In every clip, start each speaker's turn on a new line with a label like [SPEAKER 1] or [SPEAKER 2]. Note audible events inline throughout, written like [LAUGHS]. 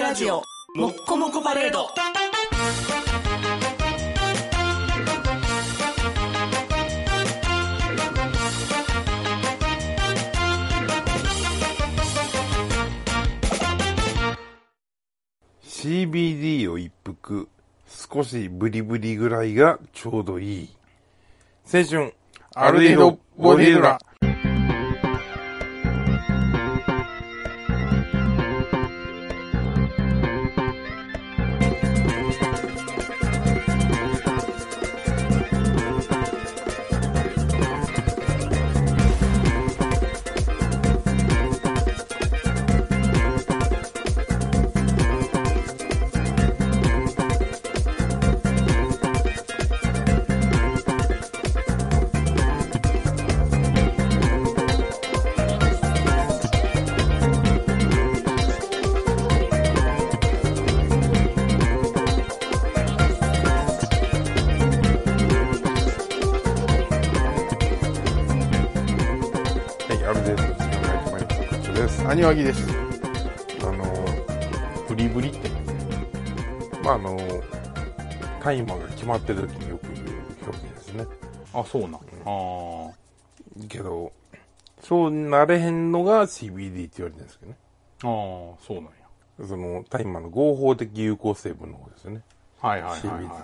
[SPEAKER 1] ラジオもっこもこパレード
[SPEAKER 2] CBD を一服、少しブリブリぐらいがちょうどいい。青春、アルディド・ボディドラ。はい、アルディド・ボディドラ始まりました。こちらです。
[SPEAKER 3] アニワギです。
[SPEAKER 2] あの、ブリブリって、まああの、大麻が決まってる時によく言う表現ですね。
[SPEAKER 4] あ、そうなん。ああ。
[SPEAKER 2] けど、そうなれへんのが CBD って言われてるんですけどね。
[SPEAKER 4] ああ、そうなんや。
[SPEAKER 2] その、大麻の合法的有効成分の方ですよね。
[SPEAKER 4] はいはいはいはい、はい
[SPEAKER 2] CBD。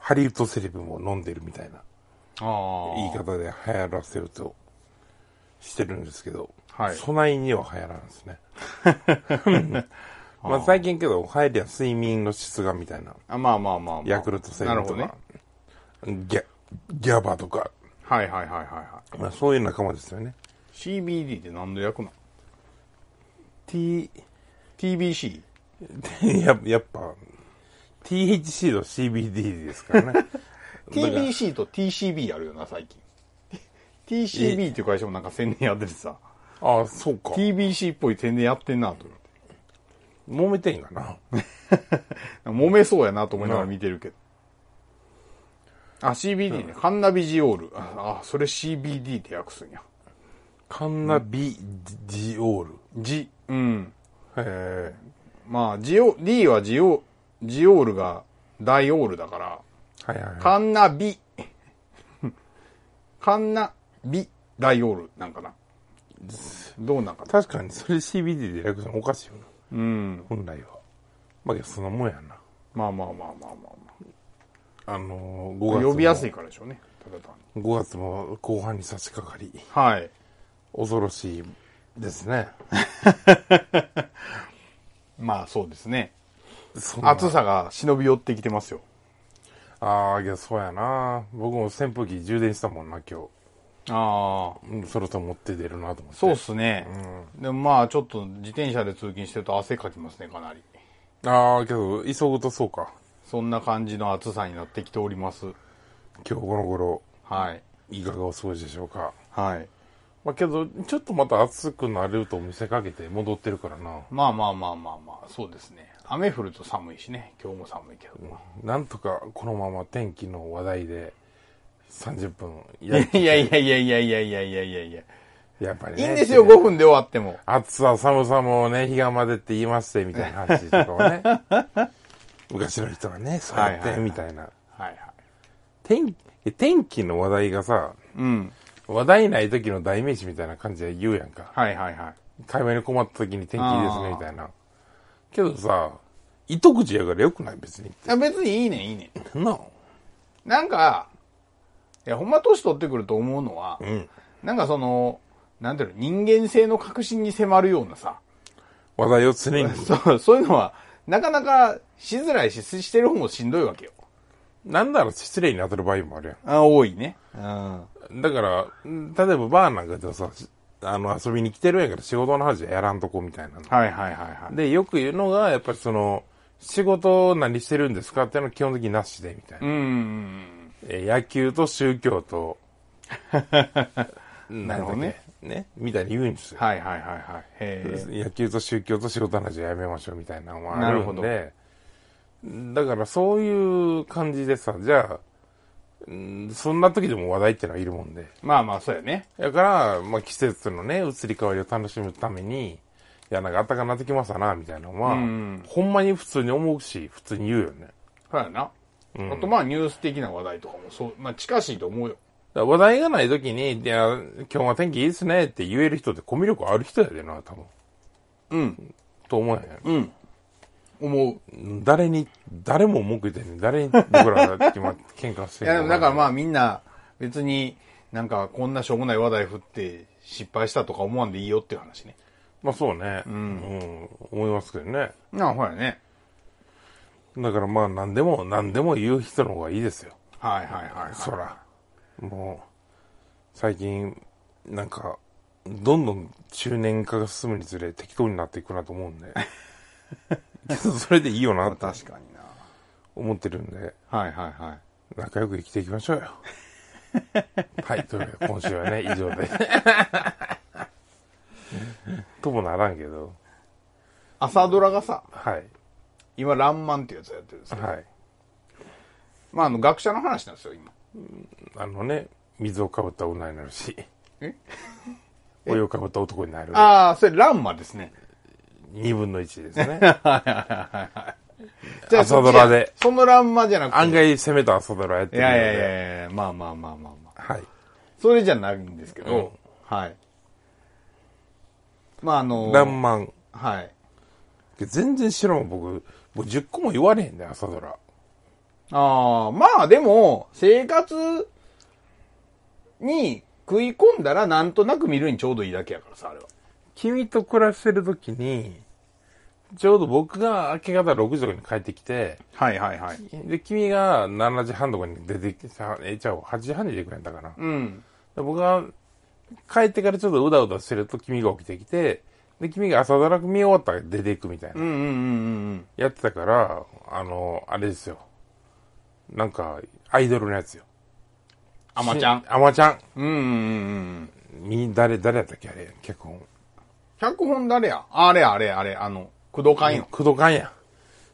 [SPEAKER 2] ハリウッドセレブも飲んでるみたいな
[SPEAKER 4] ああ。
[SPEAKER 2] 言い。方で流行らせるとしてるんですけど、
[SPEAKER 4] はい
[SPEAKER 2] 備えには流行らんですね。 [LAUGHS] まあ最近けど、流行りは睡眠の質がみたいな。
[SPEAKER 4] あまあまあまあ、まあ。
[SPEAKER 2] ヤクルト成
[SPEAKER 4] なる
[SPEAKER 2] 分
[SPEAKER 4] ほ
[SPEAKER 2] と
[SPEAKER 4] ど
[SPEAKER 2] か、
[SPEAKER 4] ね。
[SPEAKER 2] ギャギャバとか、
[SPEAKER 4] はいはいはいはいはい。
[SPEAKER 2] まあ、そういう仲間ですよね。 [LAUGHS]
[SPEAKER 4] CBD って何の役なの
[SPEAKER 2] T、
[SPEAKER 4] ?TBC?
[SPEAKER 2] ややっぱ、THC と CBD ですから
[SPEAKER 4] [LAUGHS]
[SPEAKER 2] ね。
[SPEAKER 4] TBC と TCB あるよな、 [LAUGHS] 最近。TCB っていう会社もなんか宣伝やっててさ、
[SPEAKER 2] ああ、そうか。
[SPEAKER 4] TBC っぽい宣伝やってんなと思って。
[SPEAKER 2] 揉めてんかな。
[SPEAKER 4] 揉めそうやなと思いながら見てるけど。あ、CBD ね。カンナビジオール。あ、あそれ CBD って訳すんや。
[SPEAKER 2] カンナビジオール。
[SPEAKER 4] ジ、うん。
[SPEAKER 2] へ
[SPEAKER 4] まあ、ジオ、D はジオ、ジオールがダイオールだから、
[SPEAKER 2] え。はいはい、はい。
[SPEAKER 4] カンナビ、 [LAUGHS] カンナビダイオールなんかな。どうなんかな。
[SPEAKER 2] 確かにそれ CBD で略すのおかしいよな。
[SPEAKER 4] うん。
[SPEAKER 2] 本来は。まあけどそのもんやな。
[SPEAKER 4] まあまあまあまあま
[SPEAKER 2] あのー、
[SPEAKER 4] あ
[SPEAKER 2] 5
[SPEAKER 4] まあ。
[SPEAKER 2] 月も。
[SPEAKER 4] 呼びやすいからでしょうね。ただ単に。
[SPEAKER 2] 5月も後半に差し掛かり、
[SPEAKER 4] はい。
[SPEAKER 2] 恐ろしいですね。
[SPEAKER 4] まあそうですね。
[SPEAKER 2] そんな
[SPEAKER 4] 暑さが忍び寄ってきてますよ。
[SPEAKER 2] ああ、いや、そうやな。僕も扇風機充電したもんな、今
[SPEAKER 4] ああ。
[SPEAKER 2] 日。うん、そろそろ持って出るなと思って。
[SPEAKER 4] そうっすね。でもまあちょっと自転車で通勤してると汗かきますね、かなり。
[SPEAKER 2] ああ、けど、急ぐとそうか。
[SPEAKER 4] そんな感じの暑さになってきております。
[SPEAKER 2] 今日この頃、
[SPEAKER 4] はい。
[SPEAKER 2] いかがお過ごしでしょうか。
[SPEAKER 4] はい。
[SPEAKER 2] まあけど、ちょっとまた暑くなると見せかけて戻ってるからな。
[SPEAKER 4] まあまあまあまあまあ、そうですね。雨降ると寒いしね。今日も寒いけど。
[SPEAKER 2] なんとかこのまま天気の話題で30分や
[SPEAKER 4] [LAUGHS] いやいやいやいやいやいやいやいやいや。
[SPEAKER 2] やっぱり
[SPEAKER 4] い
[SPEAKER 2] ね。
[SPEAKER 4] いんですよ、5分で終わっても。
[SPEAKER 2] 暑さ寒さもね、日がまでって言いまして、みたいな話とかを
[SPEAKER 4] [LAUGHS]
[SPEAKER 2] ね。昔の人はね、そうや
[SPEAKER 4] はい
[SPEAKER 2] っ
[SPEAKER 4] は
[SPEAKER 2] て、
[SPEAKER 4] いはい
[SPEAKER 2] みたいな。
[SPEAKER 4] はいはい。
[SPEAKER 2] 天天気の話題がさ、
[SPEAKER 4] うん。
[SPEAKER 2] 話題ない時の代名詞みたいな感じで言うやんか。
[SPEAKER 4] はいはいはい。
[SPEAKER 2] 会話に困った時に天気いいです
[SPEAKER 4] あ
[SPEAKER 2] ね、
[SPEAKER 4] ー
[SPEAKER 2] みたいな。けどさ、糸口やからよくない別に。
[SPEAKER 4] あ別にいいね、いいね。
[SPEAKER 2] なあ
[SPEAKER 4] なんか、いや、ほんま年取ってくると思うのは、
[SPEAKER 2] ん
[SPEAKER 4] なんかその、なんていうの、人間性の確信に迫るようなさ、
[SPEAKER 2] 話題を常に。
[SPEAKER 4] そう、そういうのは、なかなかしづらいし、ししてる方もしんどいわけよ。
[SPEAKER 2] なんなら失礼に当たる場合もあるやん。
[SPEAKER 4] あ多いね。うん。
[SPEAKER 2] だから、ん例えばバーなんかでさ、しあの、遊びに来てるんやから仕事の話はやらんとこみたいなの。
[SPEAKER 4] はいはいはいはい。
[SPEAKER 2] で、よく言うのが、やっぱりその、仕事何してるんですかっていうのは基本的になしで、みたいな。
[SPEAKER 4] うん。
[SPEAKER 2] えー野球と宗教
[SPEAKER 4] [LAUGHS]
[SPEAKER 2] と、な
[SPEAKER 4] るほどね。
[SPEAKER 2] ね。みたいに言うんですよ。
[SPEAKER 4] はいはいはいはい。へ
[SPEAKER 2] 野球と宗教と仕事の話はやめましょうみたいなのもあるん
[SPEAKER 4] な
[SPEAKER 2] で、だからそういう感じでさ、じゃあ、んそんな時でも話題ってのはいるもんで。
[SPEAKER 4] え。まあまあ、そうやね。
[SPEAKER 2] だから、まあ、季節のね、移り変わりを楽しむために、いや、なんかあったかなってきましたな、みたいなのは、
[SPEAKER 4] ん
[SPEAKER 2] ほんまに普通に思うし、普通に言うよね。だか
[SPEAKER 4] そうやな。あとまあニュース的な話題とかもそう、まあ近しいと思うよ。
[SPEAKER 2] ら話題がない時に、いや、今日は天気いいですねって言える人ってコミュ力ある人やでな、多分。
[SPEAKER 4] うん。
[SPEAKER 2] と思うやん。
[SPEAKER 4] うん。思う。
[SPEAKER 2] 誰に、誰も文句言ってんねん誰に僕らが今喧嘩してん
[SPEAKER 4] い
[SPEAKER 2] の
[SPEAKER 4] やでもだからまあみんな別になんかこんなしょうもない話題振って失敗したとか思わんでいいよっていう話ね。
[SPEAKER 2] まあそうね。うん。思いますけどね。
[SPEAKER 4] なあ、ほらね。
[SPEAKER 2] だからまあ何でも、何でも言う人の方がいいですよ。
[SPEAKER 4] はいはいはい、はい。
[SPEAKER 2] そら。もう、最近、なんか、どんどん中年化が進むにつれ適当になっていくなと思うん
[SPEAKER 4] [LAUGHS]
[SPEAKER 2] で。けどそれでいいよなって
[SPEAKER 4] 確かにな。
[SPEAKER 2] 思ってるんで、
[SPEAKER 4] はいはいはい。
[SPEAKER 2] 仲良く生きていきましょう
[SPEAKER 4] [LAUGHS]
[SPEAKER 2] よ。はい、というわけで今週はね、以上
[SPEAKER 4] [LAUGHS]
[SPEAKER 2] で。ともならんけど、
[SPEAKER 4] 朝ドラがさ、
[SPEAKER 2] はい、
[SPEAKER 4] 今、らんまんっていうやつやってるんですよ。
[SPEAKER 2] はい。
[SPEAKER 4] まあ、あの、学者の話なんですよ、今。
[SPEAKER 2] あのね、水をかぶった女になるし、
[SPEAKER 4] え
[SPEAKER 2] [LAUGHS] お湯をかぶった男になる。
[SPEAKER 4] ああ、それ、らんまですね。
[SPEAKER 2] 2分の1ですね。
[SPEAKER 4] [LAUGHS] じゃあ
[SPEAKER 2] 朝ドラで。
[SPEAKER 4] そっちやそのらんまじゃなくて。
[SPEAKER 2] 案外攻めた朝ドラやって
[SPEAKER 4] い
[SPEAKER 2] るので。
[SPEAKER 4] やいやいやいや、まあまあまあまあまあ。
[SPEAKER 2] はい。
[SPEAKER 4] それじゃないんですけど、
[SPEAKER 2] うん
[SPEAKER 4] はい。まあ、あの、
[SPEAKER 2] らんまん。
[SPEAKER 4] はい。
[SPEAKER 2] 全然知らん僕、もう10個も言われへんね朝ドラ。
[SPEAKER 4] ああ、まあでも、生活に食い込んだらなんとなく見るにちょうどいいだけやからさ、あれは。
[SPEAKER 2] 君と暮らしてる時に、ちょうど僕が明け方6時とかに帰ってきて、
[SPEAKER 4] はいはいはい。
[SPEAKER 2] で、君が7時半とかに出てきて、あえ、ちゃうわ、8時半に出てくれたかな。で
[SPEAKER 4] うん。
[SPEAKER 2] 僕が帰ってからちょっとうだうだしてると君が起きてきて、で、君が朝ドラ見終わったら出ていくみたいな。
[SPEAKER 4] うんうんうん
[SPEAKER 2] やってたから、あの、あれですよ。なんか、アイドルのやつよ。
[SPEAKER 4] あまちゃん
[SPEAKER 2] し。。あまちゃん。
[SPEAKER 4] うんうんうんうん。
[SPEAKER 2] み、誰、誰やったっけあれ、脚本。
[SPEAKER 4] 脚本誰やあれあれあれ、あの、工藤官よ。
[SPEAKER 2] 工藤勘や。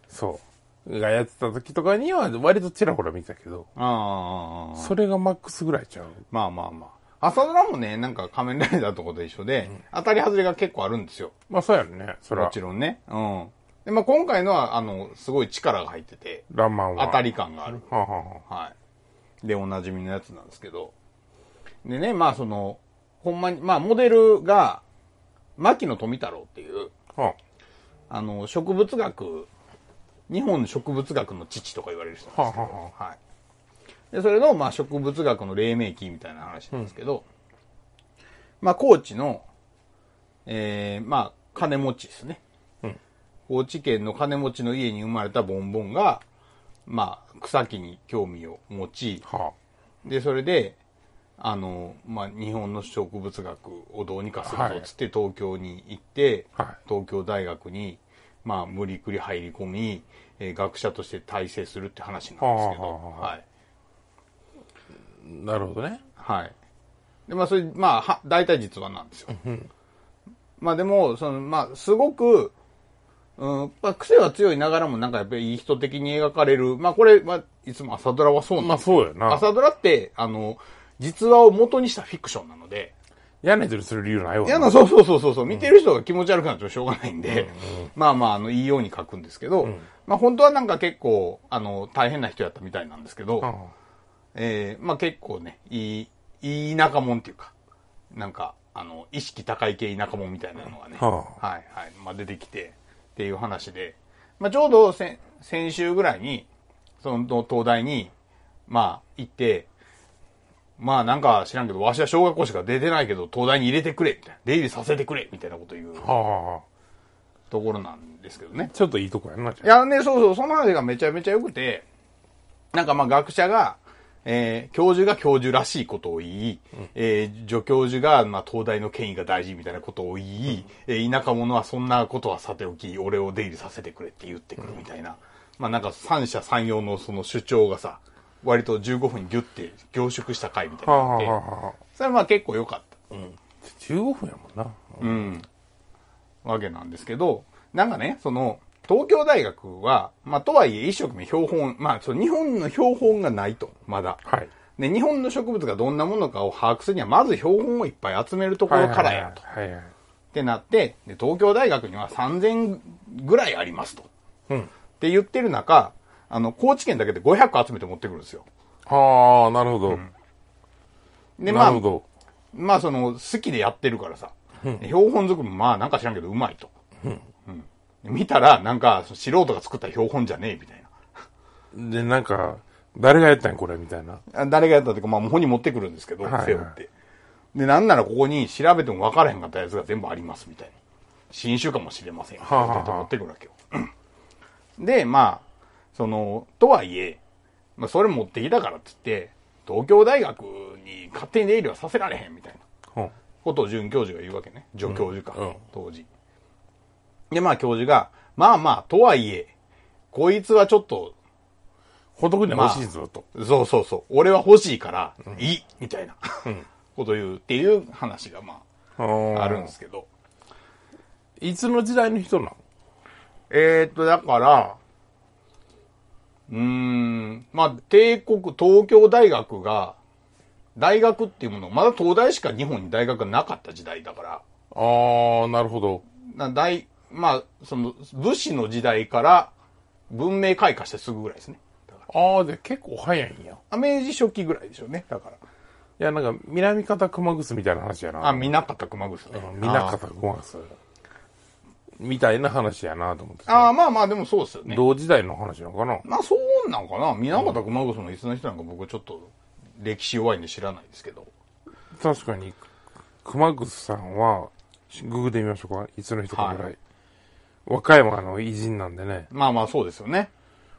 [SPEAKER 2] そう。がやってた時とかには、割とちらほら見てたけど、
[SPEAKER 4] ああ。
[SPEAKER 2] それがマックスぐらいちゃう。
[SPEAKER 4] まあまあまあ。朝ドラもね、なんか仮面ライダーとかと一緒で、当たり外れが結構あるんですよ。
[SPEAKER 2] まあ、そうやろね。それ
[SPEAKER 4] も
[SPEAKER 2] は
[SPEAKER 4] ち。ろんね。うん。で、まあ今回のは、あの、すごい力が入ってて、
[SPEAKER 2] ランマンは。
[SPEAKER 4] 当た。り感がある。
[SPEAKER 2] はあ、はあは
[SPEAKER 4] はい。で、おなじみのやつなんですけど。でね、まあその、ほんまに、まあモデルが、牧野富太郎っていう、
[SPEAKER 2] あ、は
[SPEAKER 4] あの、植物学、日本植物学の父とか言われる人なんですけど、
[SPEAKER 2] はあは
[SPEAKER 4] はい。で、それの、まあ、植物学の黎明期みたいな話なんですけど、まあ、高知の、えー、まあ、金持ちですね。高知県の金持ちの家に生まれたボンボンが、まあ、草木に興味を持ち、
[SPEAKER 2] あ、は
[SPEAKER 4] で、それで、あの、まあ、日本の植物学をどうにかする
[SPEAKER 2] はい
[SPEAKER 4] ぞっつって東京に行って、
[SPEAKER 2] は
[SPEAKER 4] 東京大学に、まあ、無理くり入り込み、えー学者として大成するって話なんですけど、
[SPEAKER 2] はあはあはあ
[SPEAKER 4] はい。
[SPEAKER 2] あ。なるほどね。
[SPEAKER 4] はい。で、まあ、それ、まあ、は大体実話なんですよ。まあ、でも、その、まあ、すごく、うん、まあ、癖は強いながらも、なんかやっぱりいい人的に描かれる。まあ、これは、いつも朝ドラはそうなんです
[SPEAKER 2] まあ、そうやな。
[SPEAKER 4] 朝ドラって、あの、実話を元にしたフィクションなので、
[SPEAKER 2] 嫌な人にする理由ないわ。
[SPEAKER 4] いやな、そうそうそうそうそう、見てる人が気持ち悪くなっちゃしょうがないんで、まあまあ、あの、いいように書くんですけど、まあ本当はなんか結構、あの、大変な人やったみたいなんですけど、
[SPEAKER 2] はあは
[SPEAKER 4] えーまあ結構ね、いい、いい田舎者っていうか、なんか、あの、意識高い系田舎者みたいなのがね、
[SPEAKER 2] は
[SPEAKER 4] はいはい、まあ出てきて、っていう話で、まあちょうど先、先週ぐらいに、その東大に、まあ行って、まあなんか知らんけど、わしは小学校しか出てないけど、東大に入れてくれ、みたいな。出入りさせてくれ、みたいなこと言う
[SPEAKER 2] あ、はあはあ。
[SPEAKER 4] ところなんですけどね。
[SPEAKER 2] ちょっといいとこやな、じゃあ
[SPEAKER 4] いやね、そうそう、その話がめちゃめちゃ良くて、なんかまあ学者が、えー、教授が教授らしいことを言い、えー助教授が、まあ、東大の権威が大事みたいなことを言い、えー田舎者はそんなことはさておき、俺を出入りさせてくれって言ってくるみたいな。まあなんか三者三様のその主張がさ、割と15分ギュって凝縮した回みたいに
[SPEAKER 2] はあ
[SPEAKER 4] な
[SPEAKER 2] は
[SPEAKER 4] っ
[SPEAKER 2] あ
[SPEAKER 4] て、
[SPEAKER 2] はあはあ。
[SPEAKER 4] それはまあ結構良かった。
[SPEAKER 2] 15分やもんな。
[SPEAKER 4] わけなんですけど、なんかね、その、東京大学は、まあ、とはいえ一生懸命標本、まあ、その日本の標本がないと、まだ。
[SPEAKER 2] はい。
[SPEAKER 4] で、日本の植物がどんなものかを把握するには、まず標本をいっぱい集めるところからやと。
[SPEAKER 2] はいはいはい。
[SPEAKER 4] ってなって、で東京大学には3000ぐらいありますと。
[SPEAKER 2] うん。
[SPEAKER 4] って言ってる中、あの、高知県だけで500集めて持ってくるんですよ。
[SPEAKER 2] はあ、なるほど。
[SPEAKER 4] で、ま
[SPEAKER 2] な
[SPEAKER 4] あ
[SPEAKER 2] るほ、ど。
[SPEAKER 4] まあその、好きでやってるからさ、標本作りもまあなんか知らんけどうまいと。うん見たら、なんか素人が作った標本じゃねえみたい
[SPEAKER 2] で、なんか、誰がやったんやこれみたいな。
[SPEAKER 4] な。あ誰がやったっていうか、まあ本に持ってくるんですけど、
[SPEAKER 2] はいはい
[SPEAKER 4] 背負って。で、なんならここに調べても分からへんかったやつが全部ありますみたいな。新種かもしれません。
[SPEAKER 2] はあはあはあ
[SPEAKER 4] 持ってくるわけよ。で、まあ、その、とはいえ、まあそれ持ってきたからって言って、東京大学に勝手に出入りはさせられへんみたいな。
[SPEAKER 2] うん。
[SPEAKER 4] ことを准教授が言うわけね。助教授か、
[SPEAKER 2] うんうん
[SPEAKER 4] 当時。で、まあ教授が、まあまあ、とはいえ、こいつはちょっと、
[SPEAKER 2] ほどくには欲しいぞと。
[SPEAKER 4] そうそうそう、俺は欲しいから、いい、みたいな、ことを言うっていう話が、まあ、
[SPEAKER 2] あ
[SPEAKER 4] あるんですけど。
[SPEAKER 2] いつの時代の人なの
[SPEAKER 4] えーっと、だから、うーん、まあ、帝国、東京大学が、大学っていうもの、まだ東大しか日本に大学がなかった時代だから、
[SPEAKER 2] ああ、なるほど。
[SPEAKER 4] な大、まあ、その、武士の時代から文明開化してすぐぐらいですね。だから
[SPEAKER 2] ああ、で、結構早いんや。い
[SPEAKER 4] あ明治初期ぐらいでしょうね。だから。
[SPEAKER 2] や、なんか、南方熊楠みたいな話やな。
[SPEAKER 4] あ、見なかった熊楠ね。
[SPEAKER 2] うん南方熊楠。みたいな話やなと思って
[SPEAKER 4] あーあー、まあまあ、でもそうですよね。
[SPEAKER 2] 同時代の話なのかな
[SPEAKER 4] まあ、そうなんかな。見なかった熊楠の椅子の人なんか僕ちょっと歴史弱いんで知らないですけど。
[SPEAKER 2] 確かに、熊楠さんは、ググで見ましょうか。いつの人かぐらい。
[SPEAKER 4] はい
[SPEAKER 2] 和歌山の偉人なんでね。
[SPEAKER 4] まあまあ、そうですよね。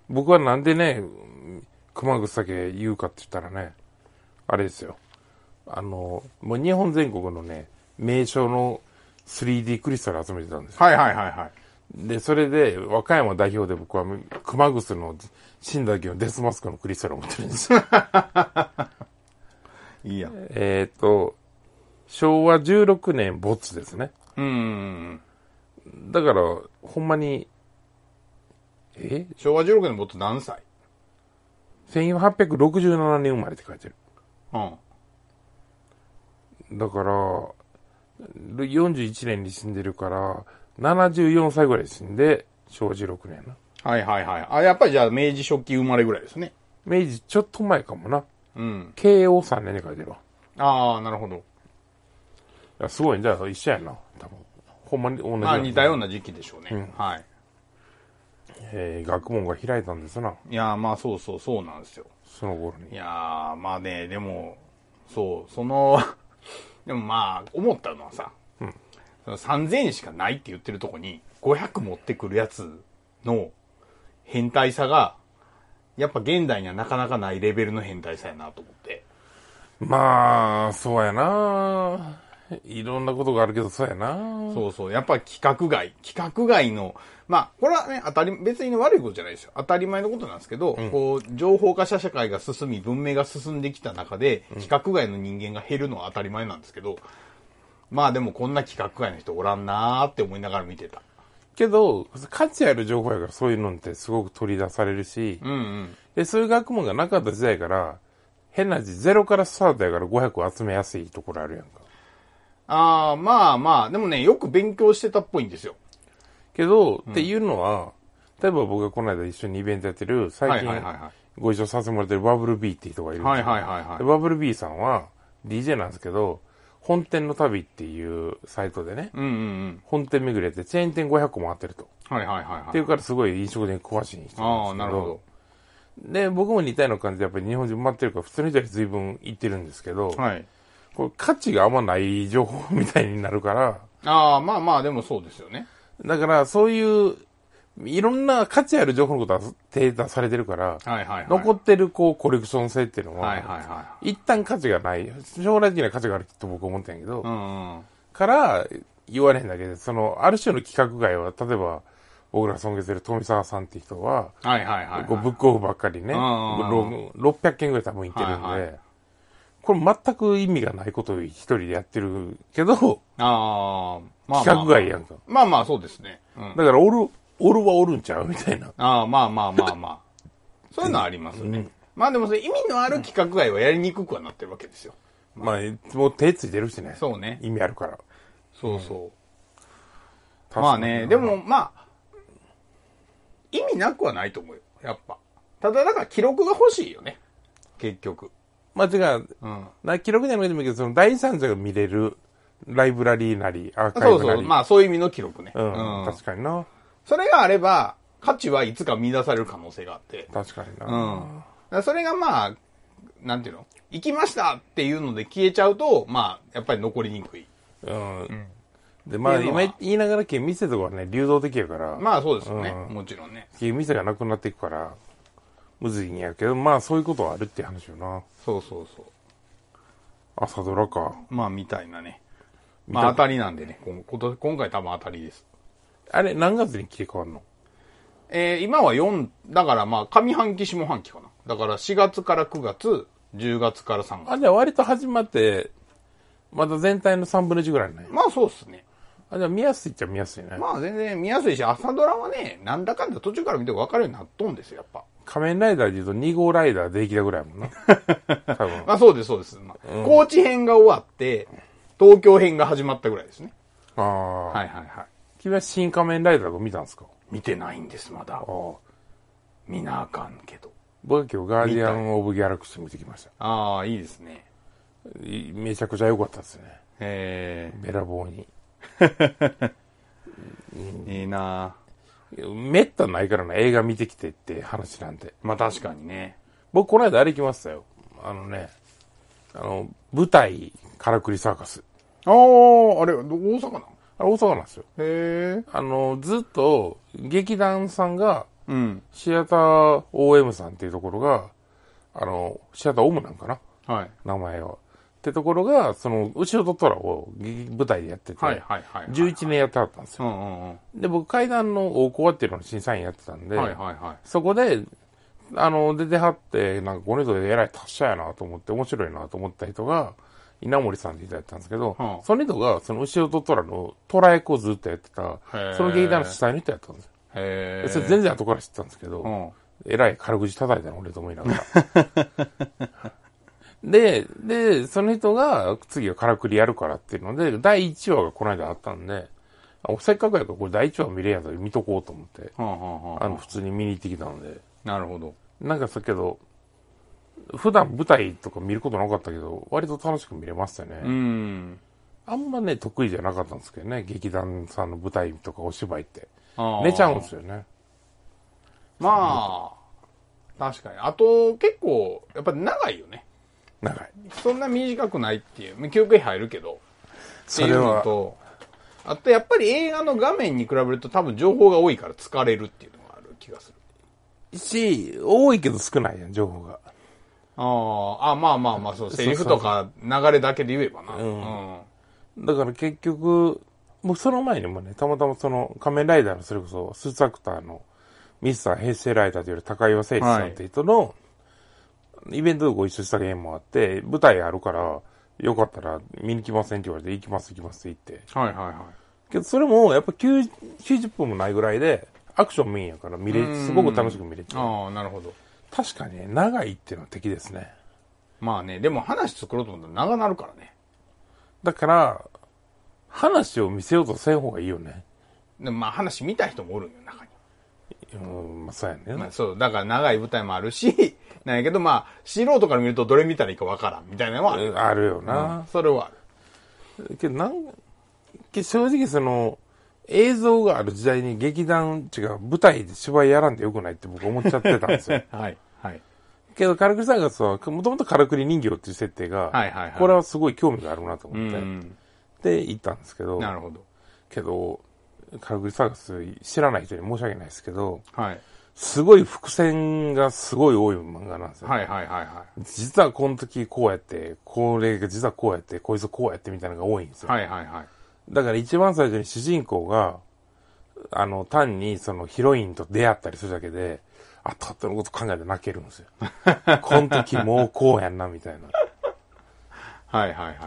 [SPEAKER 2] 僕はなんでね、熊楠だけ言うかって言ったらね、あれですよ。あの、もう日本全国のね、名所の 3D クリスタル集めてたんですよ。
[SPEAKER 4] はいはいはいはい。
[SPEAKER 2] で、それで、和歌山代表で僕は熊楠の死んだ時のデスマスクのクリスタルを持ってるんですよ。
[SPEAKER 4] いいや。
[SPEAKER 2] えっと、昭和16年没ですね。
[SPEAKER 4] うーん。
[SPEAKER 2] だから、ほんまに、え
[SPEAKER 4] 昭和16年もっと何歳
[SPEAKER 2] ?1867 年生まれって書いてる。
[SPEAKER 4] うん。
[SPEAKER 2] だから、41年に死んでるから、74歳ぐらいで死んで、昭和16年やな。
[SPEAKER 4] はいはいはい。あ、やっぱりじゃあ明治初期生まれぐらいですね。
[SPEAKER 2] 明治ちょっと前かもな。
[SPEAKER 4] うん。
[SPEAKER 2] 慶応3年に書いてるわ。
[SPEAKER 4] ああ、なるほど。
[SPEAKER 2] いやすごいね、じゃあ一緒やな。多分。ほんまに同じやな。
[SPEAKER 4] まあ似たような時期でしょうね。はい。
[SPEAKER 2] えー学問が開いたんですな。
[SPEAKER 4] いやーまあそうそうそうなんですよ。
[SPEAKER 2] その頃
[SPEAKER 4] い
[SPEAKER 2] に。
[SPEAKER 4] やーまあね、でも、そう、その、 [LAUGHS] でもまあ思ったのはさ、その3000円しかないって言ってるとこに500持ってくるやつの変態さが、やっぱ現代にはなかなかないレベルの変態さやなと思って。
[SPEAKER 2] まあ、そうやな。いろんなことがあるけど、そうやな。
[SPEAKER 4] そうそう。やっぱ規格外。規格外の、まあ、これはね、当たり、別に悪いことじゃないですよ。当たり前のことなんですけど、こう、情報化社会が進み、文明が進んできた中で、規格外の人間が減るのは当たり前なんですけど、まあでもこんな規格外の人おらんなーって思いながら見てた。
[SPEAKER 2] けど、価値ある情報やからそういうのってすごく取り出されるし、
[SPEAKER 4] うんうん。
[SPEAKER 2] で、そういう学問がなかった時代から、変な字ゼロからスタートやから500集めやすいところあるやんか。
[SPEAKER 4] ああ、まあまあ、でもね、よく勉強してたっぽいんですよ。
[SPEAKER 2] けど、っていうのは、例えば僕がこの間一緒にイベントやってる、
[SPEAKER 4] は
[SPEAKER 2] 最
[SPEAKER 4] いはいはいは
[SPEAKER 2] 近ご一緒させてもらってるバブル B って人がいるんですよ。
[SPEAKER 4] はいはいはいはい
[SPEAKER 2] でバブル B さんは DJ なんですけど、本店の旅っていうサイトでね、
[SPEAKER 4] うんうんうん。
[SPEAKER 2] 本店巡りやってチェーン店500個回ってると。
[SPEAKER 4] はいはいはい
[SPEAKER 2] っ
[SPEAKER 4] は
[SPEAKER 2] てい
[SPEAKER 4] い。
[SPEAKER 2] うからすごい飲食店詳しい人なんですけど。
[SPEAKER 4] ああ、なるほど。
[SPEAKER 2] で、僕も似たような感じでやっぱり日本人埋まってるから普通の人より随分行ってるんですけど、
[SPEAKER 4] はい。
[SPEAKER 2] これ価値があんまない情報みたいになるから、
[SPEAKER 4] ああ、まあまあ、でもそうですよね。
[SPEAKER 2] だからそういう、いろんな価値ある情報のことは提出されてるから、
[SPEAKER 4] はいはいはい。
[SPEAKER 2] 残ってるこうコレクション性っていうのは、
[SPEAKER 4] はいはいは
[SPEAKER 2] 一旦価値がない、将来的には価値があると僕は思ってんやけど、
[SPEAKER 4] い。うんうん。
[SPEAKER 2] から言われへんだけで、その、ある種の企画外は、例えば、僕らが尊敬する富沢さんって人は、
[SPEAKER 4] はいはいはい、
[SPEAKER 2] こうブッ
[SPEAKER 4] は
[SPEAKER 2] クオフばっかりね、
[SPEAKER 4] うんうん
[SPEAKER 2] ろ600件ぐらい多分行ってるんで、
[SPEAKER 4] はいは
[SPEAKER 2] これ全く意味がないことを一人でやってるけど、
[SPEAKER 4] い。ああ、まあ、
[SPEAKER 2] 企画外やんか。
[SPEAKER 4] まあまあ、そうですね。うん。
[SPEAKER 2] だから、おる、おるはおるんちゃうみたいな。 [LAUGHS]
[SPEAKER 4] ああ、まあまあまあまあ。そういうのはありますよね。まあでも、それ意味のある企画外はやりにくくはなってるわけですよ。
[SPEAKER 2] まあ、もう手ついてるしね。
[SPEAKER 4] そうね
[SPEAKER 2] 意味あるから。
[SPEAKER 4] そうそう。まあね、で
[SPEAKER 2] う
[SPEAKER 4] もまあ、意味なくはないと思うよ。やっぱ。ただだから記録が欲しいよね。結局。
[SPEAKER 2] まあ、てか、
[SPEAKER 4] うん。
[SPEAKER 2] な記録でもいいでもいいけど、その第三者が見れるライブラリーなり、アーカイ
[SPEAKER 4] そう
[SPEAKER 2] ブなり。
[SPEAKER 4] そう。まあそういう意味の記録ね。
[SPEAKER 2] うん、
[SPEAKER 4] うん
[SPEAKER 2] 確かにな。
[SPEAKER 4] それがあれば、価値はいつか見出される可能性があって。
[SPEAKER 2] 確かにな。
[SPEAKER 4] うん。だからそれがまあ、なんていうの行きましたっていうので消えちゃうと、まあ、やっぱり残りにくい。
[SPEAKER 2] うん。で、まあ、
[SPEAKER 4] っていうの
[SPEAKER 2] 今
[SPEAKER 4] は
[SPEAKER 2] 言いながら、店とかはね、流動的やから、
[SPEAKER 4] まあそうですよね。
[SPEAKER 2] う
[SPEAKER 4] もちろんね。
[SPEAKER 2] 店がなくなっていくから、むずいんやけど、まあ、そういうことはあるって話よな。
[SPEAKER 4] そうそうそう。
[SPEAKER 2] 朝ドラか。
[SPEAKER 4] まあ、みたいなね。
[SPEAKER 2] たい
[SPEAKER 4] まあ、当たりなんでね。こんこと今回多分当たりです。
[SPEAKER 2] あれ、何月に切り替わるの
[SPEAKER 4] えー今は4、だからまあ、上半期、下半期かな。だから4月から9月、10月から3月。
[SPEAKER 2] あ、じゃあ割と始まって、まだ全体の3分の1ぐらいね。
[SPEAKER 4] まあ、そうっすね。
[SPEAKER 2] あ、じゃあ見やすいっちゃ見やすいね。
[SPEAKER 4] まあ、全然見やすいし、朝ドラはね、なんだかんだ途中から見て分かるようになっとんですよ、やっぱ。
[SPEAKER 2] 仮面ライダーで言うと2号ライダーできたぐらいやもんな。多分。
[SPEAKER 4] まあ、そうです、そうです。まあ高知編が終わって、東京編が始まったぐらいですね。
[SPEAKER 2] ああ、
[SPEAKER 4] はいはいはい。
[SPEAKER 2] 君は新仮面ライダーを見たんですか
[SPEAKER 4] 見てないんです、まだ
[SPEAKER 2] あ。あ。
[SPEAKER 4] 見なあかんけど。
[SPEAKER 2] 僕は今日ガーディアン・オブ・ギャラクシー見てきました。
[SPEAKER 4] ああ、いいですね。
[SPEAKER 2] いめちゃくちゃ良かったですね。
[SPEAKER 4] え
[SPEAKER 2] べらぼうに。
[SPEAKER 4] ー、いいなあ
[SPEAKER 2] めったないからな、映画見てきてって話なんて。
[SPEAKER 4] まあ、確かにね。
[SPEAKER 2] 僕、この間あれ来ましたよ。あのね、あの、舞台、カラクリサーカス。
[SPEAKER 4] ああ、あれ、ど大阪なの
[SPEAKER 2] あれ、大阪なんですよ。
[SPEAKER 4] へえ。
[SPEAKER 2] あの、ずっと、劇団さんが、
[SPEAKER 4] うん。
[SPEAKER 2] シアター OM さんっていうところが、あの、シアター OM なんかな
[SPEAKER 4] はい。
[SPEAKER 2] 名前は。ってところが、その、後ろと虎を劇舞台でやってて、
[SPEAKER 4] はいはいはいはい
[SPEAKER 2] 11年やってはったんです
[SPEAKER 4] う
[SPEAKER 2] よ。
[SPEAKER 4] んうんうん。
[SPEAKER 2] で、僕、階段の大コアっていうのの審査員やってたんで、
[SPEAKER 4] はいはいは
[SPEAKER 2] そこで、あの、出てはって、なんか、この人えらい達者やなと思って、面白いなと思った人が、稲森さんって人やったんですけど、
[SPEAKER 4] はあ
[SPEAKER 2] その人が、その、後ろと虎の虎役をずっとやってた
[SPEAKER 4] へえ、
[SPEAKER 2] その劇団の主催の人やったんですよ。
[SPEAKER 4] い。へえ。
[SPEAKER 2] それ全然後から知ってたんですけど、
[SPEAKER 4] うん。
[SPEAKER 2] えらい軽口叩いたの、俺と思いながら。 [LAUGHS] で、で、その人が、次はからくりやるからっていうので、第1話がこの間あったんで、あせっかくやからこれ第1話見れんやったら見とこうと思って、
[SPEAKER 4] はあはあは
[SPEAKER 2] あの、普通に見に行ってきたので、
[SPEAKER 4] あ。なるほど。
[SPEAKER 2] なんかさけど、普段舞台とか見ることなかったけど、割と楽しく見れましたね。
[SPEAKER 4] うん。
[SPEAKER 2] あんまね、得意じゃなかったんですけどね、劇団さんの舞台とかお芝居って。
[SPEAKER 4] あー
[SPEAKER 2] 寝ちゃうんですよね。
[SPEAKER 4] まあ、確かに。あと、結構、やっぱ長いよね。
[SPEAKER 2] 長い。
[SPEAKER 4] そんな短くないっていう。休憩入るけど。って
[SPEAKER 2] そ
[SPEAKER 4] いう
[SPEAKER 2] れ
[SPEAKER 4] の
[SPEAKER 2] は、
[SPEAKER 4] と、あとやっぱり映画の画面に比べると多分情報が多いから疲れるっていうのがある気がする。
[SPEAKER 2] し、多いけど少ないやん、情報が。
[SPEAKER 4] ああ、あまあまあまあ、そう、セリフとか流れだけで言えばな。うん。
[SPEAKER 2] だから結局、もうその前にもね、たまたまその仮面ライダーのそれこそスーツアクターのミスター平成ライダーという高岩誠一さんって人のイベントでご一緒したゲームもあって、舞台あるから、よかったら見に来ませんって言われて、行きます行きますって言って。
[SPEAKER 4] はいはいは
[SPEAKER 2] けどそれもやっぱ9 90分もないぐらいで、アクションメインやから見れ、
[SPEAKER 4] うん
[SPEAKER 2] すごく楽しく見れ
[SPEAKER 4] い。
[SPEAKER 2] ちゃう。
[SPEAKER 4] ああ、なるほど。
[SPEAKER 2] 確かにね、長いっていうのは敵ですね。
[SPEAKER 4] まあね、でも話作ろうと思ったら長なるからね。
[SPEAKER 2] だから、話を見せようとせん方がいいよね。
[SPEAKER 4] でもまあ話見た人もおるんよ、中に。
[SPEAKER 2] うん、まあそうやね。
[SPEAKER 4] まあそう、だから長い舞台もあるし、 [LAUGHS] なんやけどまあ、素人から見るとどれ見たらいいかわからん、みたいなのはある、
[SPEAKER 2] うんあるよな。
[SPEAKER 4] それはある。。
[SPEAKER 2] けどなんけ正直その、映像がある時代に劇団、違う、舞台で芝居やらんでよくないって僕思っちゃってたんですよ
[SPEAKER 4] [LAUGHS] はい。はい。
[SPEAKER 2] けど、カラクリサーカスは、もともとカラクリ人形っていう設定が、
[SPEAKER 4] はいはいはい
[SPEAKER 2] これはすごい興味があるなと
[SPEAKER 4] う
[SPEAKER 2] 思って、
[SPEAKER 4] ん。
[SPEAKER 2] で、行ったんですけど、
[SPEAKER 4] なるほど。
[SPEAKER 2] けど、カラクリサーカス知らない人に申し訳ないですけど、
[SPEAKER 4] はい。
[SPEAKER 2] すごい伏線がすごい多い漫画なんですよ。
[SPEAKER 4] はいはいはいは
[SPEAKER 2] 実はこの時こうやって、これが実はこうやって、こいつこうやってみたいなのが多いんです
[SPEAKER 4] い。
[SPEAKER 2] よ。
[SPEAKER 4] はいはいはい。
[SPEAKER 2] だから一番最初に主人公が、あの、単にそのヒロインと出会ったりするだけで、あたったのこと考えて泣けるんです [LAUGHS] よ。この時もうこうやんな、みたいな。っ
[SPEAKER 4] はいはいはい。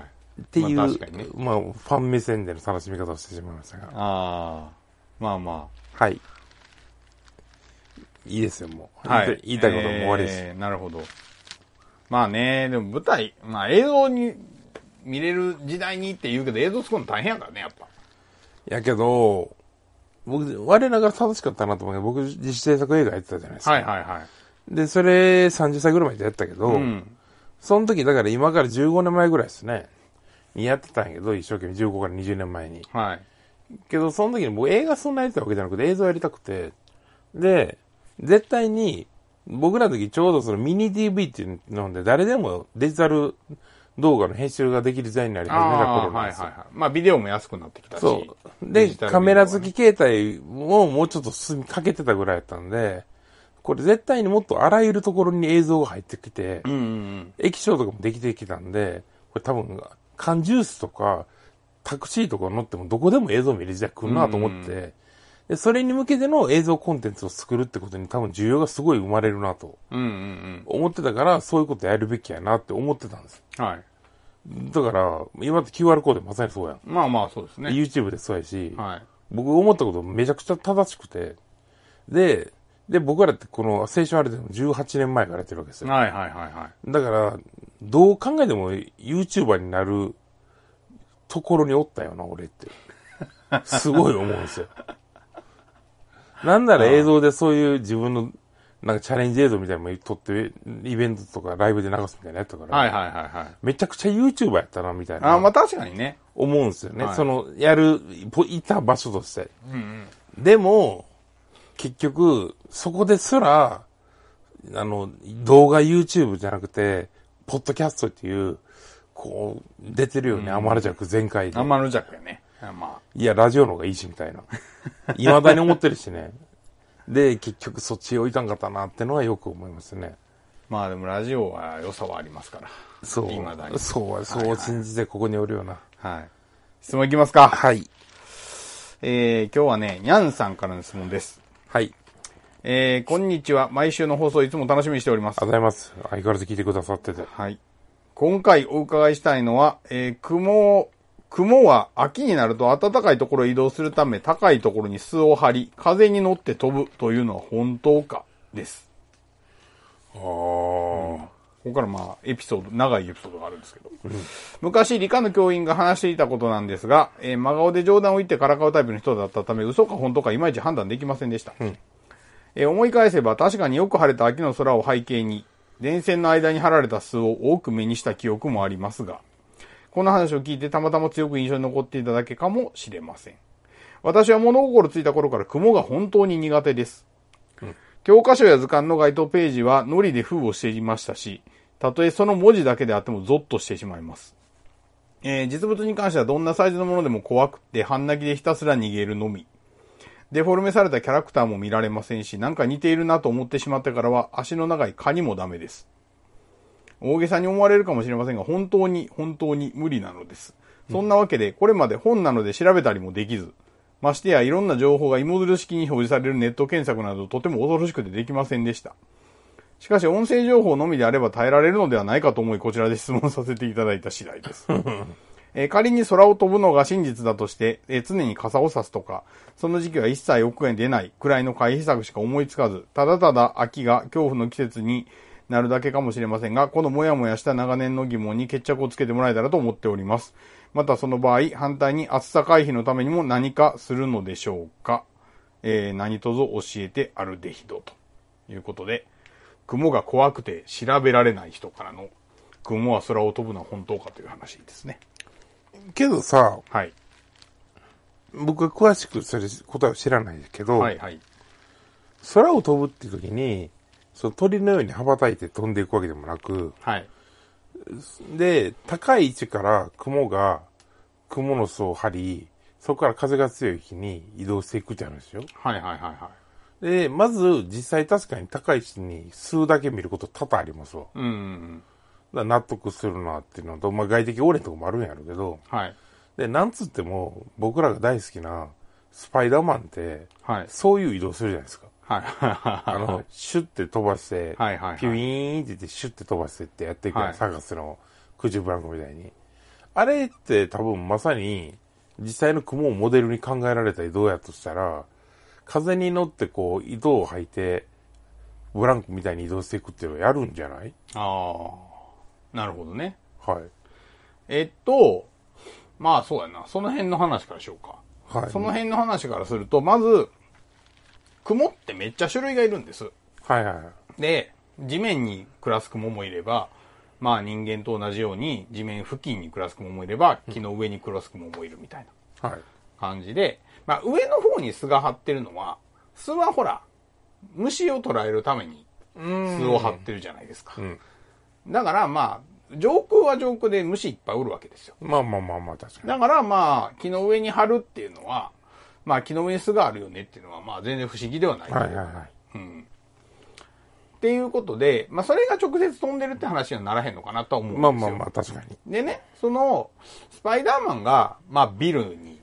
[SPEAKER 4] って
[SPEAKER 2] いう、まあ、
[SPEAKER 4] 確かにね。
[SPEAKER 2] ファン目線での楽しみ方をしてしまいましたが。
[SPEAKER 4] ああ。まあま
[SPEAKER 2] はい。いいですよ、もう。
[SPEAKER 4] あ。はい。
[SPEAKER 2] 言いたいことも終わりです。
[SPEAKER 4] えーなるほど。まあね、でも舞台、まあ映像に見れる時代にって言うけど映像作るの大変やからね、やっぱ。
[SPEAKER 2] やけど、僕、我ながら正しかったなと思うけど、僕、自主制作映画やってたじゃないですか。
[SPEAKER 4] はいはいはい。
[SPEAKER 2] で、それ、30歳ぐらいまでやったけど、
[SPEAKER 4] うん。
[SPEAKER 2] その時、だから今から15年前ぐらいですね。にやってたんやけど、一生懸命15から20年前に。
[SPEAKER 4] はい。
[SPEAKER 2] けど、その時に僕映画そんなやりたいわけじゃなくて映像やりたくて。で、絶対に、僕らの時ちょうどそのミニ DV っていうので、誰でもデジタル動画の編集ができる時代になり始めた
[SPEAKER 4] ああ
[SPEAKER 2] 頃な
[SPEAKER 4] ー、
[SPEAKER 2] ん
[SPEAKER 4] はいはい
[SPEAKER 2] ですよ。
[SPEAKER 4] はい。まあ、ビデオも安くなってきたし。
[SPEAKER 2] そう。
[SPEAKER 4] デ
[SPEAKER 2] で、
[SPEAKER 4] ジタル
[SPEAKER 2] カメラ付
[SPEAKER 4] ビ
[SPEAKER 2] き携帯ももうちょっと進みかけてたぐらいやったんで、これ絶対にもっとあらゆるところに映像が入ってきて、
[SPEAKER 4] デオはね。うんうん
[SPEAKER 2] 液晶とかもできてきたんで、これ多分、缶ジュースとか、タクシーとか乗ってもどこでも映像見れちゃくんなと思って、で、それに向けての映像コンテンツを作るってことに多分需要がすごい生まれるなと
[SPEAKER 4] うん。うんうん
[SPEAKER 2] 思ってたから、そういうことやるべきやなって思ってたんです。
[SPEAKER 4] うん。はい。
[SPEAKER 2] だから、今って QR コードまさにそうやん。
[SPEAKER 4] まあまあ、そうですね。
[SPEAKER 2] YouTube でそうやし、
[SPEAKER 4] はい。
[SPEAKER 2] 僕思ったことめちゃくちゃ正しくて、で、で、僕らってこの青春あれでも18年前からやってるわけですよ。
[SPEAKER 4] はいはいはいは
[SPEAKER 2] だから、どう考えても YouTuber になるところにおったよな、俺って。すごい思うんですよ。なんなら映像でそういう自分の、なんかチャレンジ映像みたいなのも撮って、イベントとかライブで流すみたいなのやったから、
[SPEAKER 4] い。はいはいはいはい。
[SPEAKER 2] めちゃくちゃ YouTuber やったな、みたい
[SPEAKER 4] ああ、ま
[SPEAKER 2] な
[SPEAKER 4] あ確かにね。
[SPEAKER 2] 思うんですよね。
[SPEAKER 4] はい
[SPEAKER 2] その、やる、ぽいた場所として。
[SPEAKER 4] うんうん。
[SPEAKER 2] でも、結局、そこですら、あの、動画 YouTube じゃなくて、ポッドキャストっていう、こう、出てるよね、アマルジャク全開で
[SPEAKER 4] あ。んまのじゃくやね。ま
[SPEAKER 2] いや、ラジオの方がいいし、みたいな。未だに思ってるしね。で、結局そっちへ置いたんかったなってのはよく思いますね。
[SPEAKER 4] あ、まあでもラジオは良さはありますから。
[SPEAKER 2] そう。
[SPEAKER 4] 未だに。
[SPEAKER 2] そう、そう信じてここにおるような。
[SPEAKER 4] はい。質問いきますか。
[SPEAKER 2] はい。
[SPEAKER 4] えー、今日はね、にゃんさんからの質問です。
[SPEAKER 2] はい。
[SPEAKER 4] えー、こんにちは。毎週の放送いつも楽しみにしております
[SPEAKER 2] ありがとう。ございます。相変わらず聞いてくださってて。
[SPEAKER 4] はい。今回お伺いしたいのは、えー、雲、雲は秋になると暖かいところへ移動するため高いところに巣を張り、風に乗って飛ぶというのは本当かです。
[SPEAKER 2] ああ。
[SPEAKER 4] ここからまあ、エピソード、長いエピソードがあるんですけど。昔、理科の教員が話していたことなんですが、えー真顔で冗談を言ってからかうタイプの人だったため、嘘か本当かいまいち判断できませんでした。えー思い返せば、確かによく晴れた秋の空を背景に、電線の間に張られた巣を多く目にした記憶もありますが、この話を聞いてたまたま強く印象に残っていただけかもしれません。私は物心ついた頃から雲が本当に苦手です。教科書や図鑑の該当ページはノリで封をしていましたし、たとえその文字だけであってもゾッとしてしまいます。えー実物に関してはどんなサイズのものでも怖くて半泣きでひたすら逃げるのみ。デフォルメされたキャラクターも見られませんし、なんか似ているなと思ってしまってからは足の長いカニもダメです。大げさに思われるかもしれませんが、本当に本当に無理なのです。そんなわけで、これまで本なので調べたりもできず、ましてやいろんな情報が芋づる式に表示されるネット検索などとても恐ろしくてできませんでした。しかし音声情報のみであれば耐えられるのではないかと思いこちらで質問させていただいた次第です。えー仮に空を飛ぶのが真実だとして、えー常に傘を差すとか、その時期は一切屋外に出ないくらいの回避策しか思いつかず、ただただ秋が恐怖の季節になるだけかもしれませんが、このモヤモヤした長年の疑問に決着をつけてもらえたらと思っております。またその場合、反対に暑さ回避のためにも何かするのでしょうか。えー何卒教えてあるでひどということで、雲が怖くて調べられない人からの、雲は空を飛ぶのは本当かという話ですね。
[SPEAKER 2] けどさ、
[SPEAKER 4] はい。
[SPEAKER 2] 僕は詳しくそれ答えを知らないけど、
[SPEAKER 4] はいはい。
[SPEAKER 2] 空を飛ぶっていう時に、その鳥のように羽ばたいて飛んでいくわけでもなく、
[SPEAKER 4] はい。
[SPEAKER 2] で、高い位置から雲が、雲の巣を張り、そこから風が強い日に移動していくって話よ。
[SPEAKER 4] はいはいはいは
[SPEAKER 2] で、まず実際確かに高い位置に数だけ見ること多々ありますわ。だか
[SPEAKER 4] い。うんうんうん。
[SPEAKER 2] ら納得するなっていうのと、まあ外的俺のとこもあるんやろうけど、
[SPEAKER 4] はい。
[SPEAKER 2] で、なんつっても僕らが大好きなスパイダーマンって、
[SPEAKER 4] はい。
[SPEAKER 2] そういう移動するじゃないですか。
[SPEAKER 4] はいは
[SPEAKER 2] あの、シュッて飛ばして、
[SPEAKER 4] はいはいはい
[SPEAKER 2] ピュイーンって言ってシュッて飛ばしてってやっていくやん、
[SPEAKER 4] はい
[SPEAKER 2] サーカスの空中ブランコみたいに。あれって多分まさに、実際の雲をモデルに考えられた移動やとしたら、風に乗ってこう、糸を吐いて、ブランコみたいに移動していくっていうのをやるんじゃない
[SPEAKER 4] い。ああ。なるほどね。
[SPEAKER 2] はい。
[SPEAKER 4] えっと、まあそうやな。その辺の話からしようか。
[SPEAKER 2] はい
[SPEAKER 4] その辺の話からすると、まず、雲ってめっちゃ種類がいるんです。
[SPEAKER 2] はいはいはい。
[SPEAKER 4] で、地面に暮らす雲もいれば、まあ人間と同じように地面付近に暮らす雲もいれば、木の上に暮らす雲もいるみたいな
[SPEAKER 2] はい。
[SPEAKER 4] 感じで、まあ上の方に巣が張ってるのは、巣はほら、虫を捕らえるために巣を張ってるじゃないですか。
[SPEAKER 2] ん
[SPEAKER 4] だからまあ、上空は上空で虫いっぱいおるわけですよ。
[SPEAKER 2] まあまあまあまあ、確かに。
[SPEAKER 4] だからまあ、木の上に貼るっていうのは、まあ木の上に巣があるよねっていうのは、まあ全然不思議ではない。
[SPEAKER 2] はいはいはい。
[SPEAKER 4] っていうことで、まあそれが直接飛んでるって話にはならへんのかなとは思うんです
[SPEAKER 2] まあ
[SPEAKER 4] よ。
[SPEAKER 2] まあまあ、確かに。
[SPEAKER 4] でね、その、スパイダーマンが、まあビルに、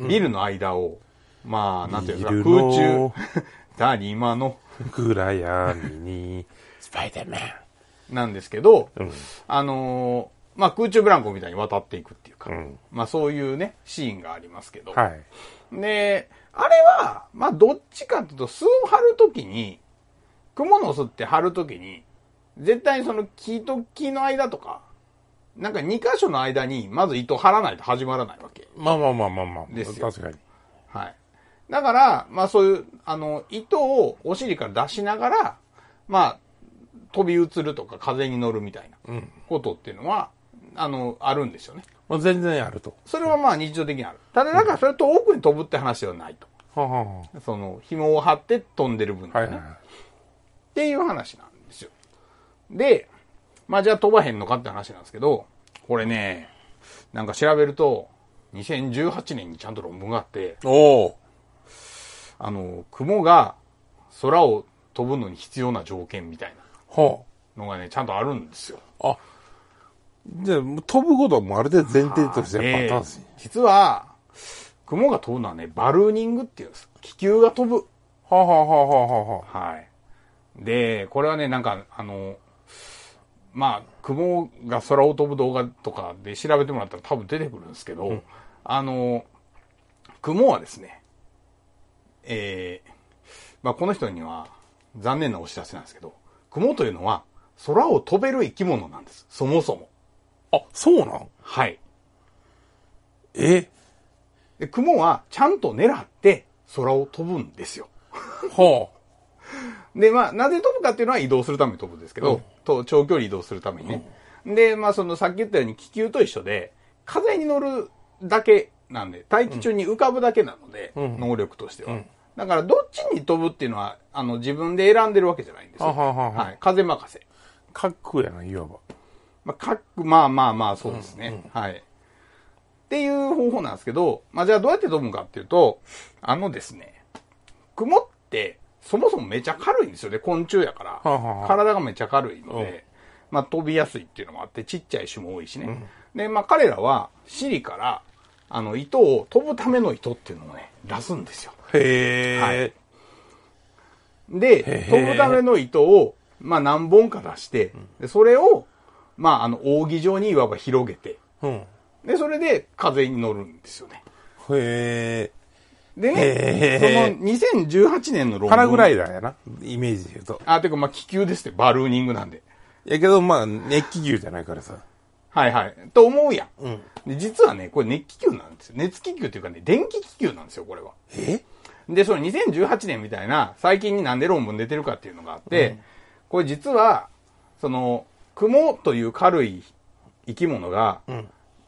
[SPEAKER 4] ビルの間を、まあなんていうんですか、
[SPEAKER 2] ビル
[SPEAKER 4] 空
[SPEAKER 2] の
[SPEAKER 4] 中、 [LAUGHS] 何今の、
[SPEAKER 2] 暗闇
[SPEAKER 4] [LAUGHS]
[SPEAKER 2] に、スパイダーマン。
[SPEAKER 4] なんですけど、
[SPEAKER 2] うん
[SPEAKER 4] あのーまあ空中ブランコみたいに渡っていくっていうか、
[SPEAKER 2] うん
[SPEAKER 4] まあそういうね、シーンがありますけど、
[SPEAKER 2] はい。
[SPEAKER 4] で、あれは、まあ、どっちかというと、巣を張るときに、蜘蛛の巣って張るときに、絶対にその木と木の間とか、なんか2箇所の間に、まず糸張らないと始まらないわけ。
[SPEAKER 2] まあまあまあまあまあ。
[SPEAKER 4] ですよ
[SPEAKER 2] 確かに。
[SPEAKER 4] はい。だから、まあそういう、あの、糸をお尻から出しながら、まあ、飛び移るとか風に乗るみたいなことっていうのは、あの、あるんですよね。
[SPEAKER 2] まあ全然あると。
[SPEAKER 4] それはまあ日常的にある。ただ、だからそれと奥に飛ぶって話ではないと。
[SPEAKER 2] はあはあは
[SPEAKER 4] その、紐を張って飛んでる分
[SPEAKER 2] あ。
[SPEAKER 4] で
[SPEAKER 2] はい
[SPEAKER 4] す
[SPEAKER 2] はい
[SPEAKER 4] ね
[SPEAKER 2] は。い。
[SPEAKER 4] っていう話なんですよ。で、まあじゃあ飛ばへんのかって話なんですけど、これね、なんか調べると、2018年にちゃんと論文があって、
[SPEAKER 2] おお。
[SPEAKER 4] あの、雲が空を飛ぶのに必要な条件みたい
[SPEAKER 2] ほ
[SPEAKER 4] なのがね、ちゃんとあるんですよ。
[SPEAKER 2] う。あ。じゃあ、もう飛ぶことはもうある程度前提としてやっ
[SPEAKER 4] で
[SPEAKER 2] ぱあったんですね。
[SPEAKER 4] 実は、雲が飛ぶのはね、バルーニングっていうんです。気球が飛ぶ。
[SPEAKER 2] はあはあはあはあはあはあ。
[SPEAKER 4] はい。で、これはね、なんか、あの、まあ、雲が空を飛ぶ動画とかで調べてもらったら多分出てくるんですけど、あの、雲はですね、えーまあ、この人には残念なお知らせなんですけど、雲というのは空を飛べる生き物なんです。そもそも。
[SPEAKER 2] あ、そうなん
[SPEAKER 4] はい。
[SPEAKER 2] え
[SPEAKER 4] で雲はちゃんと狙って空を飛ぶんですよ。
[SPEAKER 2] は
[SPEAKER 4] で、まあ、なぜ飛ぶかっていうのは移動するために飛ぶんですけど、と長距離移動するためにね。で、まあ、その、さっき言ったように気球と一緒で、風に乗るだけなんで、大気中に浮かぶだけなので、能力としては。だから、どっちに飛ぶっていうのは、あの、自分で選んでるわけじゃないんですよ。
[SPEAKER 2] あはあはあはあ
[SPEAKER 4] はい。風任せ。
[SPEAKER 2] あ。かっこやな、いわば。
[SPEAKER 4] まあ、かまあまあまあ、そうですね。はい。っていう方法なんですけど、まあ、じゃあどうやって飛ぶのかっていうと、あのですね、雲って、そもそもめちゃ軽いんですよね、昆虫やから。
[SPEAKER 2] あはあ
[SPEAKER 4] 体がめちゃ軽いので、まあ、飛びやすいっていうのもあって、ちっちゃい種も多いしね。で、まあ、彼らは、尻から、あの、糸を飛ぶための糸っていうのをね、出すんですよ。
[SPEAKER 2] へえ。
[SPEAKER 4] はいで、飛ぶための糸を、まあ、何本か出して、でそれを、まあ、あの、扇状にいわば広げて、
[SPEAKER 2] うん。へ
[SPEAKER 4] で、それで風に乗るんですよね。
[SPEAKER 2] え。
[SPEAKER 4] で
[SPEAKER 2] へ
[SPEAKER 4] ね、その2018年の論文。
[SPEAKER 2] パラグライ
[SPEAKER 4] ダ
[SPEAKER 2] ダーやな。イメージで言うと。
[SPEAKER 4] あ、てかまあ気球ですって、バルーニングなんで。
[SPEAKER 2] やけど、まあ、熱気球じゃないからさ。
[SPEAKER 4] はいはい。と思うやん。
[SPEAKER 2] ん
[SPEAKER 4] で実はね、これ熱気球なんですよ。熱気球っていうかね、電気気球なんですよ、これは。
[SPEAKER 2] え
[SPEAKER 4] で、その2018年みたいな、最近になんで論文出てるかっていうのがあって、これ実は、その、雲という軽い生き物が、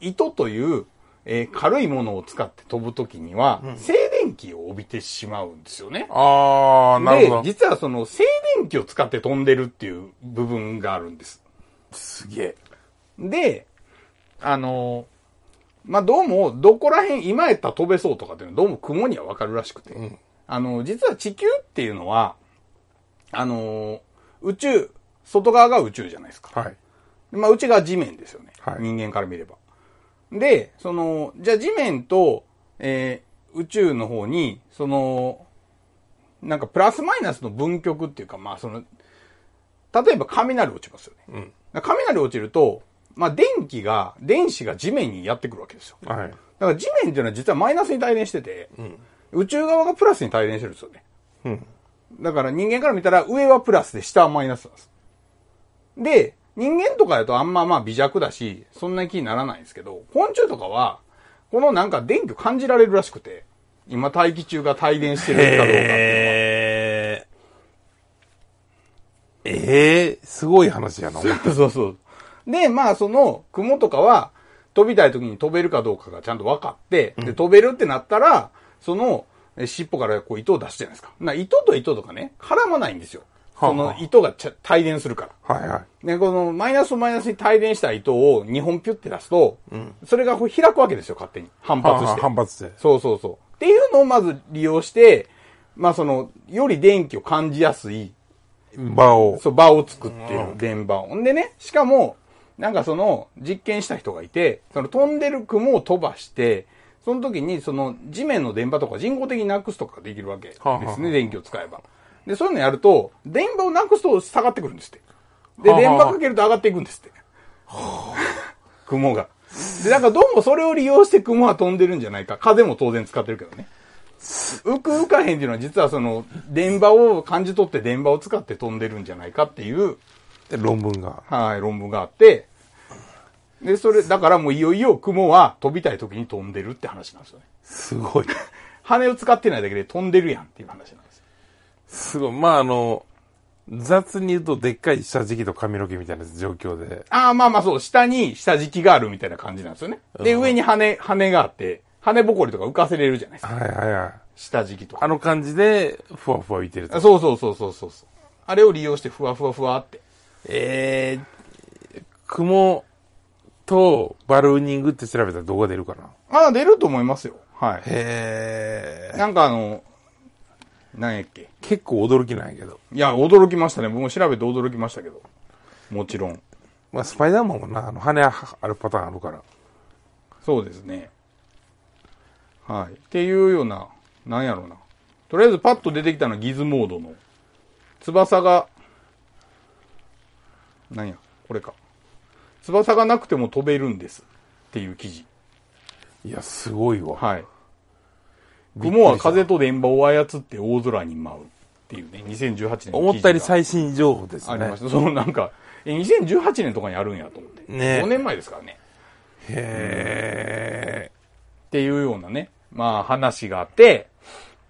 [SPEAKER 4] 糸という、えー軽いものを使って飛ぶときには、静電気を帯びてしまうんですよね。
[SPEAKER 2] ああ、なる
[SPEAKER 4] で
[SPEAKER 2] ほ、ど。
[SPEAKER 4] 実はその静電気を使って飛んでるっていう部分があるんです。
[SPEAKER 2] すげえ。
[SPEAKER 4] で、あの、まあ、どうも、どこら辺、今やったら飛べそうとかっていうのは、どうも雲にはわかるらしくて、あの、実は地球っていうのは、あの、宇宙、外側が宇宙じゃないですか。
[SPEAKER 2] はい。
[SPEAKER 4] まあ、うちが地面ですよね。
[SPEAKER 2] はい
[SPEAKER 4] 人間から見れば。で、その、じゃあ地面と、えー宇宙の方に、その、なんかプラスマイナスの分極っていうか、まあその、例えば雷落ちますよね。だから雷落ちると、まあ電気が、電子が地面にやってくるわけですよ。だ
[SPEAKER 2] はい。
[SPEAKER 4] から地面っていうのは実はマイナスに帯電してて、宇宙側がプラスに帯電してるんですよね。
[SPEAKER 2] うん。
[SPEAKER 4] だから人間から見たら上はプラスで下はマイナスなんです。で、人間とかだとあんままあ微弱だし、そんなに気にならないんですけど、昆虫とかは、このなんか電気を感じられるらしくて、今大気中が帯電してるかどうかっていうのは。
[SPEAKER 2] えーえー、すごい話やな。
[SPEAKER 4] [LAUGHS] そうそう。で、まあその雲とかは飛びたい時に飛べるかどうかがちゃんと分かって、で飛べるってなったら、そのえ尻尾からこう糸を出すじゃないですか。な糸と糸とかね、絡まないんですよ。
[SPEAKER 2] はあ
[SPEAKER 4] そ
[SPEAKER 2] はあ
[SPEAKER 4] の糸がちゃ帯電するから。
[SPEAKER 2] はいはい。
[SPEAKER 4] で、このマイナスとマイナスに帯電した糸を2本ピュって出すと、それがこう開くわけですよ、勝手に。反
[SPEAKER 2] はあ
[SPEAKER 4] 発し
[SPEAKER 2] はあ
[SPEAKER 4] て。
[SPEAKER 2] 反発して。
[SPEAKER 4] そうそうそう。っていうのをまず利用して、まあその、より電気を感じやすい、
[SPEAKER 2] 場を。
[SPEAKER 4] そう、場を作ってる、電場を。んでね、しかも、なんかその、実験した人がいて、その飛んでる雲を飛ばして、その時にその地面の電波とか人工的になくすとかできるわけですね、
[SPEAKER 2] はあはあ
[SPEAKER 4] 電気を使えば。で、そういうのやると、電波をなくすと下がってくるんですって。で、
[SPEAKER 2] はあはあ
[SPEAKER 4] 電波かけると上がっていく
[SPEAKER 2] [LAUGHS]
[SPEAKER 4] んですって。雲が。で、なんかどうもそれを利用して雲は飛んでるんじゃないか。風も当然使ってるけどね。浮く浮かへんっていうのは実はその、電波を感じ取って電波を使って飛んでるんじゃないかっていう、
[SPEAKER 2] 論文が。
[SPEAKER 4] はい、論文があって、で、それ、だからもういよいよ雲は飛びたい時に飛んでるって話なんですよね。
[SPEAKER 2] すごい。
[SPEAKER 4] 羽を使ってないだけで飛んでるやんっていう話なんですよ。
[SPEAKER 2] すごい。まあ、あの、雑に言うと、でっかい下敷きと髪の毛みたいな状況で。
[SPEAKER 4] ああ、まあまあそう、下に下敷きがあるみたいな感じなんですよね。で、上に羽、羽があって、羽ぼこりとか浮かせれるじゃないですか。
[SPEAKER 2] はいはいはい。
[SPEAKER 4] 下敷きとか
[SPEAKER 2] あ。の感じで、ふわふわ浮いてると。
[SPEAKER 4] そうそうそうそうそうそう。あれを利用してふわふわふわって。
[SPEAKER 2] えー、雲とバルーニングって調べたら動画出るかな。
[SPEAKER 4] ああ、出ると思いますよ。はい。
[SPEAKER 2] へー。
[SPEAKER 4] なんかあの、何やっけ。
[SPEAKER 2] 結構驚きなんやけど。
[SPEAKER 4] いや、驚きましたね。僕も調べて驚きましたけど。もちろん。
[SPEAKER 2] まあ、スパイダーマンもな、あの、羽はあるパターンあるから。
[SPEAKER 4] そうですね。はい。っていうような、なんやろうな。とりあえずパッと出てきたのはギズモードの。翼が、なんや、これか。翼がなくても飛べるんです。っていう記事。
[SPEAKER 2] いや、すごいわ。
[SPEAKER 4] はい。雲は風と電波を操って大空に舞うっていうね、2018年の
[SPEAKER 2] 思ったより
[SPEAKER 4] 記事が
[SPEAKER 2] 最新情報です
[SPEAKER 4] あり
[SPEAKER 2] ね
[SPEAKER 4] まし。た。そのなんか、え2018年とかにあるんやと思って。
[SPEAKER 2] ね
[SPEAKER 4] 5年前ですからね。
[SPEAKER 2] へ
[SPEAKER 4] っていうようなね、まあ話があって、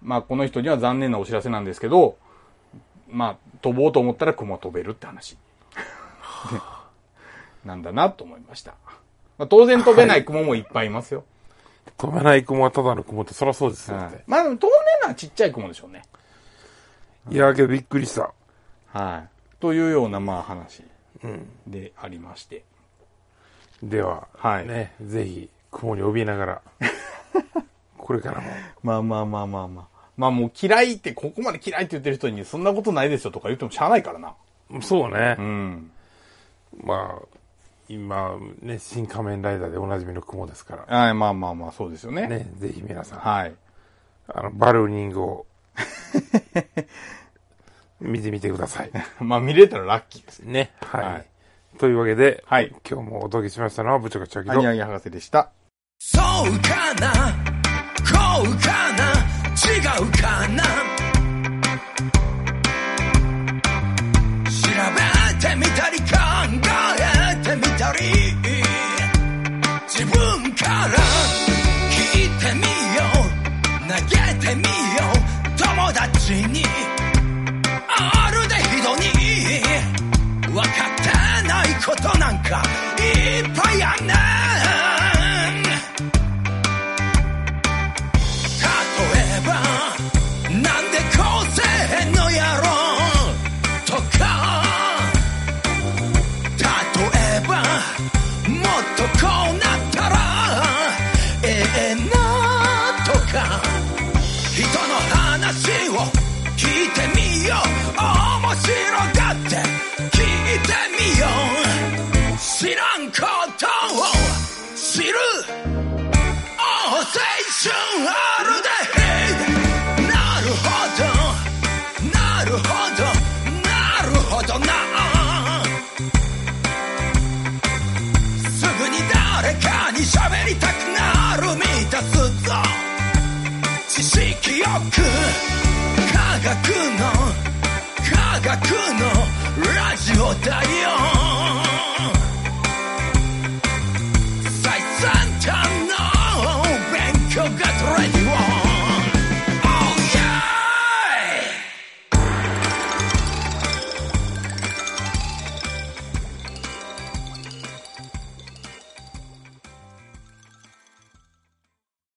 [SPEAKER 4] まあこの人には残念なお知らせなんですけど、まあ飛ぼうと思ったら雲は飛べるって話。 [LAUGHS] ねなんだなと思いました。まあ、当然飛べない雲もいっぱいいますよ。
[SPEAKER 2] ー。飛べない雲はただの雲って、そりゃそうですよ
[SPEAKER 4] は
[SPEAKER 2] っ
[SPEAKER 4] い
[SPEAKER 2] て。
[SPEAKER 4] まあでも当然のはちっちゃい雲でしょうね。
[SPEAKER 2] いや、けどびっくりした。
[SPEAKER 4] はい。というような、まあ、話でありまして。
[SPEAKER 2] では、
[SPEAKER 4] はい
[SPEAKER 2] ね、ぜひ、雲に怯えながら、 [LAUGHS] これからも。
[SPEAKER 4] まあまあまあまあまあ。まあもう嫌いって、ここまで嫌いって言ってる人に、そんなことないですよとか言ってもしゃあないからな。
[SPEAKER 2] そうね。
[SPEAKER 4] うん。
[SPEAKER 2] まあ、今、ね、新仮面ライダーでおなじみの雲ですから、
[SPEAKER 4] はい、まあまあまあ、そうですよね。
[SPEAKER 2] ね、ぜひ皆さん、
[SPEAKER 4] はい。
[SPEAKER 2] あの、バルーニングを、 [LAUGHS] 見てみてくださ
[SPEAKER 4] [LAUGHS]
[SPEAKER 2] い。
[SPEAKER 4] まあ見れたらラッキーですね。
[SPEAKER 2] ね。はい。
[SPEAKER 4] はい
[SPEAKER 2] というわけで、
[SPEAKER 4] はい
[SPEAKER 2] 今日もお届けしましたのは、部長がチョキ
[SPEAKER 4] アニ
[SPEAKER 2] と、
[SPEAKER 4] アギ博士でした。
[SPEAKER 1] そうかなこうかな違うかな調べてみたり考えてみたり自分から聞いてみよう投げてみよう友達にあるでひどに分かってないことなんかいっぱいあんねん例えばなんでこうせえへんのやろとか例えばもっとこうなったらええなとか人の話を聞いてみよう面白がって聞いてみよう知らんことを知る青春あるでなるほどなるほどなるほどなすぐに誰かに喋りたくなる満たすぞ知識よく科学の科学のラジオだよ最先端の got ready oh.